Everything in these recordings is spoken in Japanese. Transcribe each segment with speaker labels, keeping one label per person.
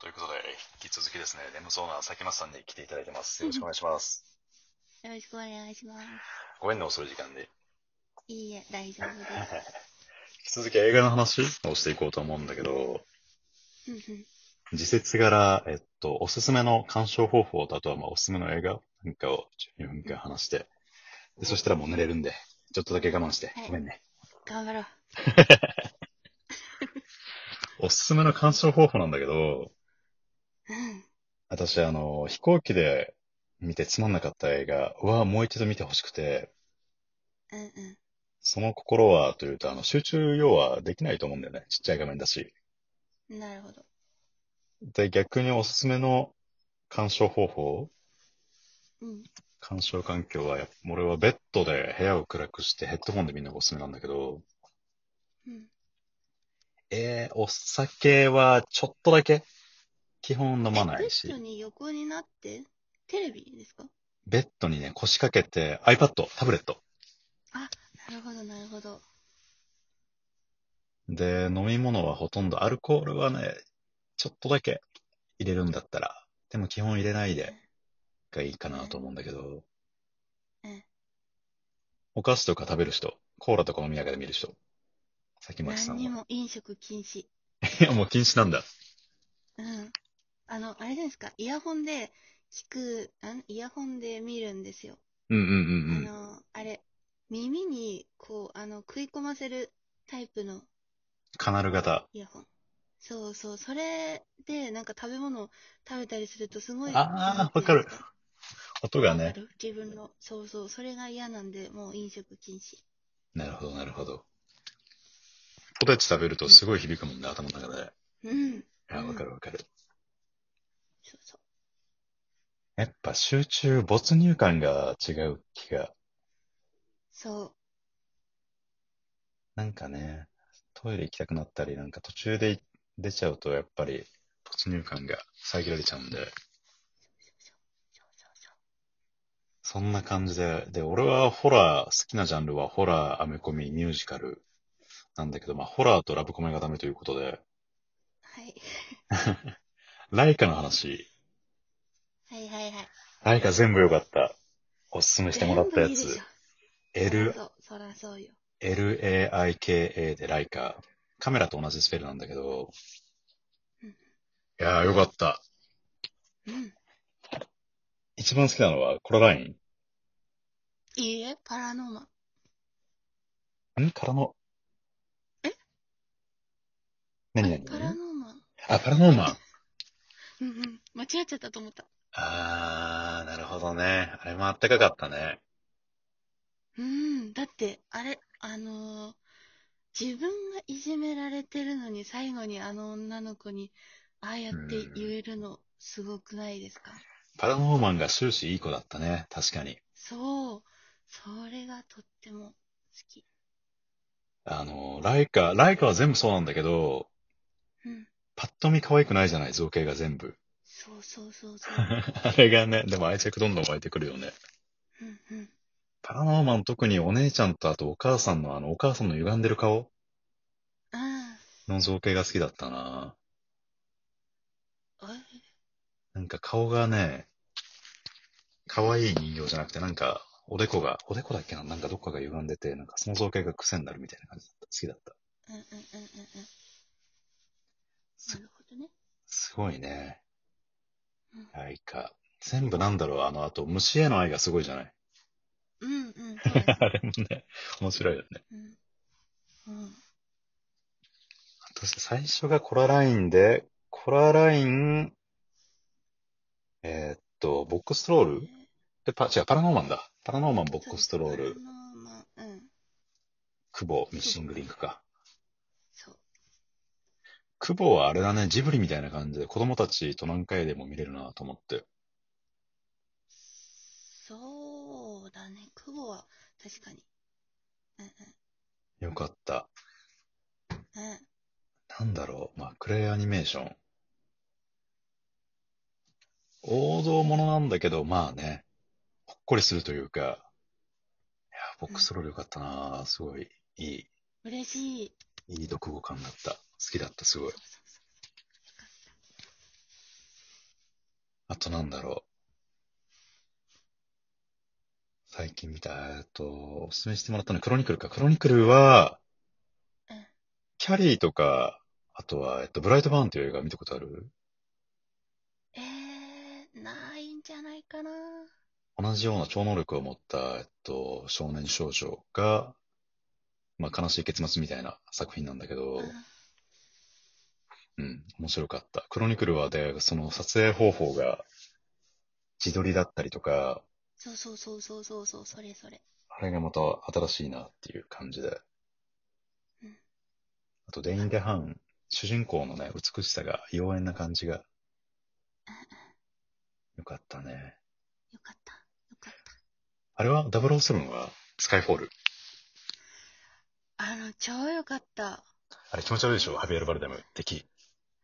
Speaker 1: ということで、引き続きですね、レムゾーナ崎松さんに来ていただいてます。よろしくお願いします。
Speaker 2: よろしくお願いします。
Speaker 1: ごめんね、遅い時間で。
Speaker 2: いいえ、大丈夫で
Speaker 1: 引き続き映画の話をしていこうと思うんだけど、
Speaker 2: す。うんうん
Speaker 1: 時節柄、えっと、おすすめの鑑賞方法と、あとはまあおすすめの映画なんかを12分間話して、でそしたらもう寝れるんで、ちょっとだけ我慢して
Speaker 2: は、い
Speaker 1: ごめんね。
Speaker 2: 頑張ろう。
Speaker 1: おすすめの鑑賞方法なんだけど、
Speaker 2: うん。
Speaker 1: 私、あの、飛行機で見てつまんなかった映画はもう一度見てほしくて、
Speaker 2: うんうん。
Speaker 1: その心はというと、あの、集中要はできないと思うんだよね。ちっちゃい画面だし。
Speaker 2: なるほど。
Speaker 1: で、逆におすすめの鑑賞方法、
Speaker 2: うん。
Speaker 1: 鑑賞環境はやっぱ、俺はベッドで部屋を暗くしてヘッドホンでみんながおすすめなんだけど、
Speaker 2: うん。
Speaker 1: えー、お酒はちょっとだけ、基本飲まな
Speaker 2: ベ
Speaker 1: い
Speaker 2: ッド
Speaker 1: し、
Speaker 2: に横になって、テレビですか
Speaker 1: ベッドにね、腰掛けて iPad、タブレット。
Speaker 2: なるほど、なるほど。
Speaker 1: で、飲み物はほとんど、アルコールはね、ちょっとだけ入れるんだったら、でも基本入れないでがいいかなと思うんだけど
Speaker 2: うん、
Speaker 1: お菓子とか食べる人、コーラとか飲みながら見る人、さきまちさ
Speaker 2: 何
Speaker 1: ん
Speaker 2: に
Speaker 1: は。
Speaker 2: も飲食禁止。
Speaker 1: いや、もう禁止なんだ。
Speaker 2: うん。あの、あれじゃないですか。イヤホンで聞く、あんイヤホンで見るんですよ。
Speaker 1: うんうん
Speaker 2: あ
Speaker 1: うんうん。
Speaker 2: の、あれ、耳に、こう、あの、食い込ませるタイプの
Speaker 1: カナル型。
Speaker 2: イヤホン。そうそう、それで、なんか食べ物を食べたりするとすごい。
Speaker 1: あー
Speaker 2: なんていうんです
Speaker 1: わか音が
Speaker 2: わ
Speaker 1: ね
Speaker 2: か。る自分の、そうそう、それが嫌なんで、もう飲食禁止。
Speaker 1: なるほど、なるほど。ポテチ食べるとすごい響くもんね、頭の中で。
Speaker 2: うん。
Speaker 1: あ、わかるわかる。
Speaker 2: そうそ
Speaker 1: やっぱ集中、没入感が違う気が
Speaker 2: う。そ
Speaker 1: なんかね、トイレ行きたくなったり、なんか途中で出ちゃうと、やっぱり没入感が遮られちゃうんで、
Speaker 2: う。そうそうそう
Speaker 1: そんな感じで、で、俺はホラー、好きなジャンルはホラー、アメコミ、ミュージカルなんだけど、まあ、ホラーとラブコメがダメということで、
Speaker 2: はい。
Speaker 1: ライカの話、
Speaker 2: はいはいはい。
Speaker 1: ライカ全部良かった。おすすめしてもらったや
Speaker 2: 全部いいで
Speaker 1: つ
Speaker 2: しょ。
Speaker 1: L
Speaker 2: そ、うそう、そらそうよ。
Speaker 1: L-A-I-K-A でライカ。カメラと同じスペルなんだけど
Speaker 2: うん、
Speaker 1: いやーよかった。
Speaker 2: うん。
Speaker 1: 一番好きなのはコロライン。
Speaker 2: いいえ、パラノーマ。
Speaker 1: んからの。
Speaker 2: え
Speaker 1: 何何
Speaker 2: パラノーマン。
Speaker 1: あ、パラノーマン。
Speaker 2: うんうん。間違っちゃったと思った。
Speaker 1: あー、なるほどね。あれもあったかかったね。
Speaker 2: うん。だって、あれ、あのー自分がいじめられてるのに、最後にあの女の子に、ああやって言えるの、すごくないですか
Speaker 1: パラノーマンが終始いい子だったね。確かに。
Speaker 2: そう。それがとっても好き。
Speaker 1: あの、ライカ、ライカは全部そうなんだけど、
Speaker 2: うん。
Speaker 1: パッと見可愛くないじゃない、造形が全部。
Speaker 2: そうそうそうそう。
Speaker 1: あれがね、でも愛着どんどん湧いてくるよね。
Speaker 2: うんうん。
Speaker 1: パラノーマン特にお姉ちゃんとあとお母さんのあのお母さんの歪んでる顔
Speaker 2: あ
Speaker 1: の造形が好きだったな。
Speaker 2: あ、あ
Speaker 1: なんか顔がね、可愛い人形じゃなくて、なんか、おでこが、おでこだっけななんかどっかが歪んでて、なんかその造形が癖になるみたいな感じだった。好きだった。
Speaker 2: うんうんうんう んうん。なるほどね。
Speaker 1: すごいね。
Speaker 2: うん
Speaker 1: 愛か。全部なんだろう、あの、あと虫への愛がすごいじゃない
Speaker 2: うんうん。そうです
Speaker 1: あれもね、面白いよね。
Speaker 2: うん。うん。
Speaker 1: そして最初がコララインで、コラライン、えーっと、ボックストロールでパ、違う、パラノーマンだ。パラノーマン、ボックストロー
Speaker 2: そう
Speaker 1: ル、
Speaker 2: パラノーマンうん。
Speaker 1: クボ、ミッシングリンクか。
Speaker 2: そう。
Speaker 1: クボはあれだね、ジブリみたいな感じで子供たちと何回でも見れるなと思って。
Speaker 2: そうだね。久保は、確かに。うん
Speaker 1: よかった。
Speaker 2: うん。うん。
Speaker 1: なんだろう、まあ、クレイアニメーション。王道ものなんだけど、まあね、ほっこりするというか、いや、ボックスロールよかったなすごい、いい、
Speaker 2: 嬉しい。
Speaker 1: いい読語感だった。好きだった、すごい
Speaker 2: そう。そうそう。よかっ
Speaker 1: となんだろう。最近見た、えっと、おすすめしてもらったの、クロニクルか。クロニクルは
Speaker 2: うん、
Speaker 1: キャリーとか、あとは、えっと、ブライトバーンという映画見たことある
Speaker 2: えー、ないんじゃないかな。
Speaker 1: 同じような超能力を持った、えっと、少年少女が、まあ、悲しい結末みたいな作品なんだけど
Speaker 2: う、ん
Speaker 1: うん、面白かった。クロニクルは、で、その撮影方法が自撮りだったりとか、
Speaker 2: そうそうそうそうそうそう、それそれ。
Speaker 1: あれがまた新しいなっていう感じで
Speaker 2: うん。
Speaker 1: あと、デイン・デハン、主人公のね、美しさが、妖艶な感じが
Speaker 2: うんうん
Speaker 1: 良かったね。
Speaker 2: よかった。よかった。
Speaker 1: あれは、007は、スカイフォール。
Speaker 2: あの、超よかった。
Speaker 1: あれ気持ち悪いでしょハビエル・バルダム、敵。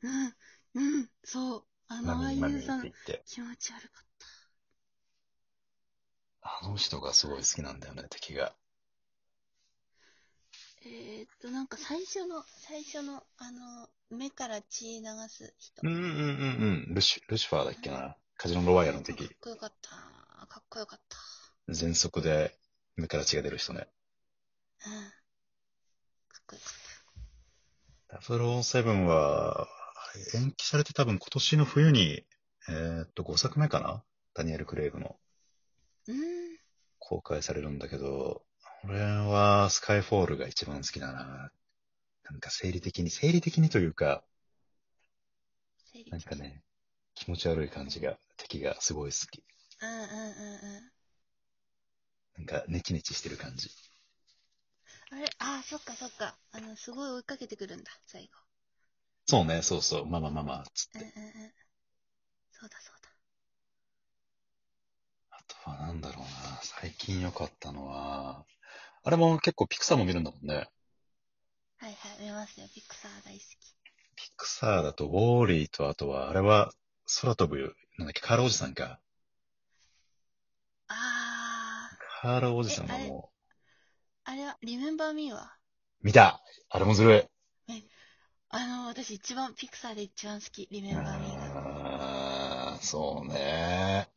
Speaker 2: うん、うん、そう。あの
Speaker 1: マミー、マ
Speaker 2: 俳優
Speaker 1: ミー
Speaker 2: さ
Speaker 1: って言
Speaker 2: ん
Speaker 1: っ、て。
Speaker 2: 気持ち悪かった。
Speaker 1: あの人がすごい好きなんだよね、敵が。
Speaker 2: えー、っと、なんか最初の、最初の、あの、目から血流す人。
Speaker 1: うんうんうんうん。ルシ、ルシファーだっけな。カジノ・ロワイヤルの
Speaker 2: かっ
Speaker 1: 敵。
Speaker 2: こよかった。かっこよかっ
Speaker 1: 全速で、目から血が出る人ね。
Speaker 2: た。うん。かっこよかった。
Speaker 1: 007は、あれ延期されて多分今年の冬に、えーっと、5作目かなダニエル・クレイグの
Speaker 2: うーん。
Speaker 1: 公開されるんだけど、俺はスカイフォールが一番好きだな。なんか生理的に、生理的にというか、
Speaker 2: 生理
Speaker 1: なんかね、気持ち悪い感じが、敵がすごい好き。
Speaker 2: うんうんうんうん。
Speaker 1: なんかネチネチしてる感じ。
Speaker 2: あれあー、そっかそっか。あの、すごい追いかけてくるんだ、最後。
Speaker 1: そうね、そうそう、まあまあまあまあ、つ
Speaker 2: う
Speaker 1: っ
Speaker 2: んうん
Speaker 1: て。
Speaker 2: うん。そうだそうだ。
Speaker 1: あとはなんだろうな、最近良かったのは、あれも結構ピクサーも見るんだもんね。
Speaker 2: はいはい、見ますよ。ピクサー大好き。
Speaker 1: ピクサーだとウォーリーと、あとは、あれは空飛ぶ、なんだっけ、カールおじさんか。
Speaker 2: あー、
Speaker 1: カールおじさんは
Speaker 2: えあれ
Speaker 1: も
Speaker 2: あれは、リメンバーミーは
Speaker 1: う、見たあれもずるい。
Speaker 2: あの、私一番、ピクサーで一番好き、リメンバーミーが。
Speaker 1: あーそうね。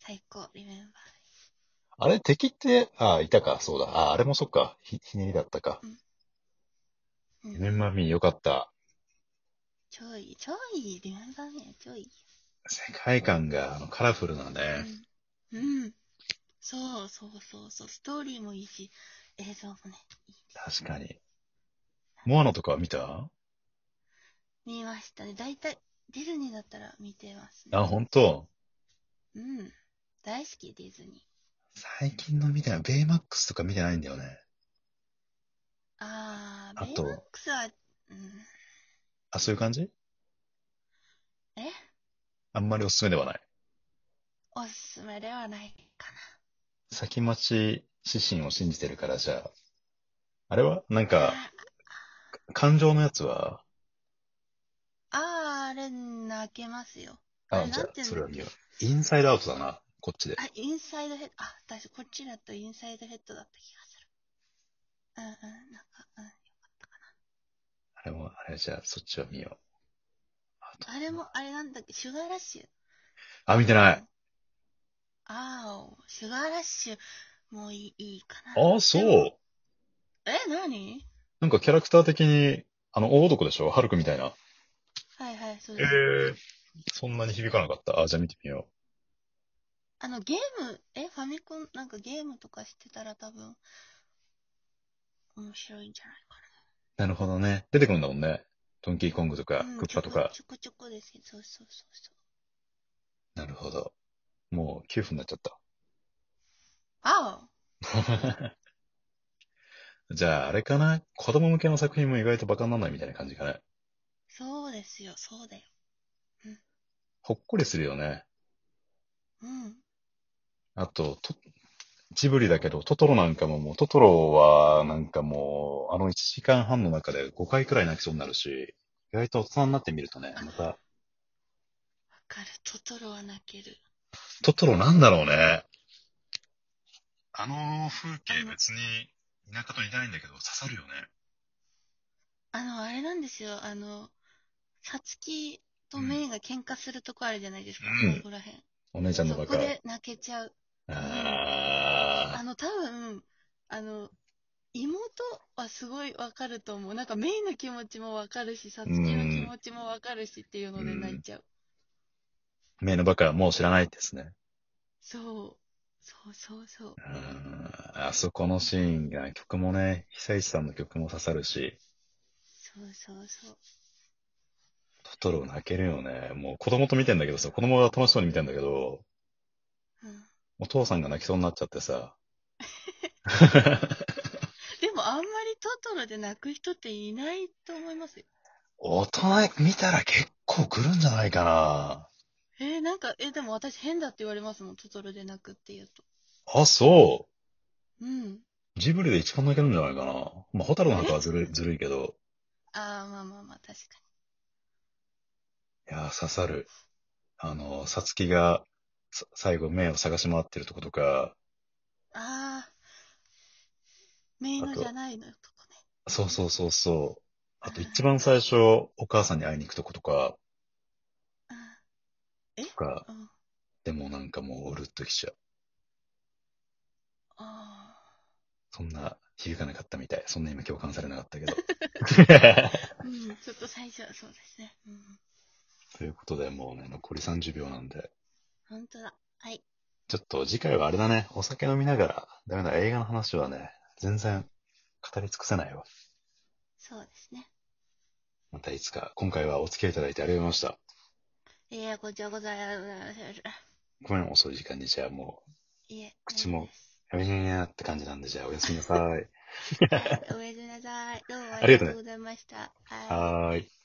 Speaker 2: 最高、リメンバーミ
Speaker 1: あれ、敵って、ああ、いたか、そうだ。ああ、あれもそっか、ひ、ひねりだったか。
Speaker 2: ー。うん
Speaker 1: メンバーミーよかった。
Speaker 2: 超いい、超いい、リメンバーミーは超いい。
Speaker 1: 世界観が、あの、カラフルなね。
Speaker 2: うん。うん。そうそうそうそう、ストーリーもいいし、映像もね、
Speaker 1: 確かに。モアナとかは見た
Speaker 2: 見ましたね。大体、ディズニーだったら見てますね。
Speaker 1: あ、ほんと。
Speaker 2: うん。大好き、ディズニー。
Speaker 1: 最近の見てない。ベイマックスとか見てないんだよね。
Speaker 2: あ
Speaker 1: あ
Speaker 2: ー、ベイ
Speaker 1: と
Speaker 2: マックスは、うん、
Speaker 1: あ、そういう感じ
Speaker 2: え
Speaker 1: あんまりおすすめではない。
Speaker 2: おすすめではないか
Speaker 1: 先待ち指針を信じてるから、じゃあ。あれはなん
Speaker 2: な。
Speaker 1: か、感情のやつは
Speaker 2: あー、あれ、泣けますよ。あ
Speaker 1: あ、
Speaker 2: れ
Speaker 1: じゃ
Speaker 2: なんて
Speaker 1: あ、
Speaker 2: いうの
Speaker 1: それは見よう。インサイドアウトだな、こっちで。
Speaker 2: あ、インサイドヘッド、あ、私、こっちだとインサイドヘッドだった気がする。うんうん、なんか、うん、よかったか
Speaker 1: あれも、あれじゃあ、そっちは見よう。あと
Speaker 2: な。あれも、あれなんだっけ、シュガーラッシュ。
Speaker 1: あ、見てない。
Speaker 2: あー、シュガーラッシュ、もういいいいかな。
Speaker 1: ああ、そう。
Speaker 2: え、何
Speaker 1: なんかキャラクター的に、あの、大男でしょハルクみたいな。
Speaker 2: はいはい、そう
Speaker 1: え
Speaker 2: です。
Speaker 1: えそんなに響かなかった。あ、じゃあ見てみよ。
Speaker 2: あの、ゲーム、え、ファミコン、なんかゲームとかしてたら多分、面白いんじゃないう
Speaker 1: なるほどね。出てくるんだもんね。ドンキーコングと
Speaker 2: か
Speaker 1: か
Speaker 2: な。うん、
Speaker 1: クッパとか。
Speaker 2: ちょこちょこちょこですけど、そうそうそうそう。
Speaker 1: なるほど。もう9分になっちゃった。
Speaker 2: ああ、
Speaker 1: じゃあ、あれかな子供向けの作品も意外とバカにならないみたいな感じかね。
Speaker 2: そうですよ、そうだよ。
Speaker 1: ほっこりするよね。
Speaker 2: うん。
Speaker 1: あと、とジブリだけど、トトロなんかももう、トトロはなんかもう、あの1時間半の中で5回くらい泣きそうになるし、意外と大人になってみるとね、また、
Speaker 2: わかる。トトロは泣ける。
Speaker 1: トトロなんだろうね。あの風景別に田舎と似てないんだけど、刺さるよね。
Speaker 2: あの、あれなんですよ。あの、さつきとメイが喧嘩するとこあるじゃないですか、
Speaker 1: うん
Speaker 2: そこら辺。
Speaker 1: お姉ちゃんの
Speaker 2: そ
Speaker 1: バ
Speaker 2: こ
Speaker 1: カ。
Speaker 2: で泣けちゃう。あ
Speaker 1: あ
Speaker 2: の、多分、あの、妹はすごいわかると思う。なんかメイの気持ちもわかるし、サツキの気持ちもわかるしっていうので泣いちゃう。
Speaker 1: ー。メイのバカはもう知らないですね。
Speaker 2: そう。そうそうそう。
Speaker 1: うーんあそこのシーンが、曲もね、久石さんの曲も刺さるし、
Speaker 2: そうそうそう。
Speaker 1: トトロ泣けるよね。もう子供と見てんだけどさ、子供が楽しそうに見てんだけど、
Speaker 2: うん、
Speaker 1: お父さんが泣きそうになっちゃってさ。
Speaker 2: でもあんまりトトロで泣く人っていないと思いますよ。
Speaker 1: 大人見たら結構来るんじゃないかな。
Speaker 2: えーなんか、えーでも私変だって言われますもん、トトロで泣くって言うと。
Speaker 1: あ、そう。
Speaker 2: うん。
Speaker 1: ジブリで一番泣けるんじゃないかな。まあ、ホタルの墓はずるい、ずるいけど。
Speaker 2: ああ、まあまあまあ、確か
Speaker 1: いやー、刺さる。あの、サツキが、さ最後、目を探し回ってるとことか、
Speaker 2: に。ああ、メイのじゃないのよ、とこね。
Speaker 1: そうそうそうそう。あと一番最初、お母さんに会いに行くとことか、とか、
Speaker 2: うん。うん。
Speaker 1: でもなんかもう、うるっときちゃう。
Speaker 2: あ
Speaker 1: そんな、響かなかったみたい。そんな今共感されなかったけど。
Speaker 2: あ。うん、ちょっと最初はそうですね。うん。
Speaker 1: ということで、もうね、残り30秒なんで。
Speaker 2: 本当だ。はい。
Speaker 1: ちょっと次回はあれだね、お酒飲みながら、ダメだ、映画の話はね、全然語り尽くせないわ。
Speaker 2: そうですね。
Speaker 1: またいつか、今回はお付き合いいただいてありがとうございました。
Speaker 2: いや、こちらこそありがとうございます。
Speaker 1: ごめん、遅い時間に、じゃあも
Speaker 2: いえ。
Speaker 1: 口もう、やめにゃにゃって感じなんで、じゃあおやすみなさい。
Speaker 2: はい。おやすみなさい。どうも
Speaker 1: あ
Speaker 2: あ
Speaker 1: り
Speaker 2: り
Speaker 1: が
Speaker 2: が
Speaker 1: とうね
Speaker 2: とうございました。はい。
Speaker 1: はーい。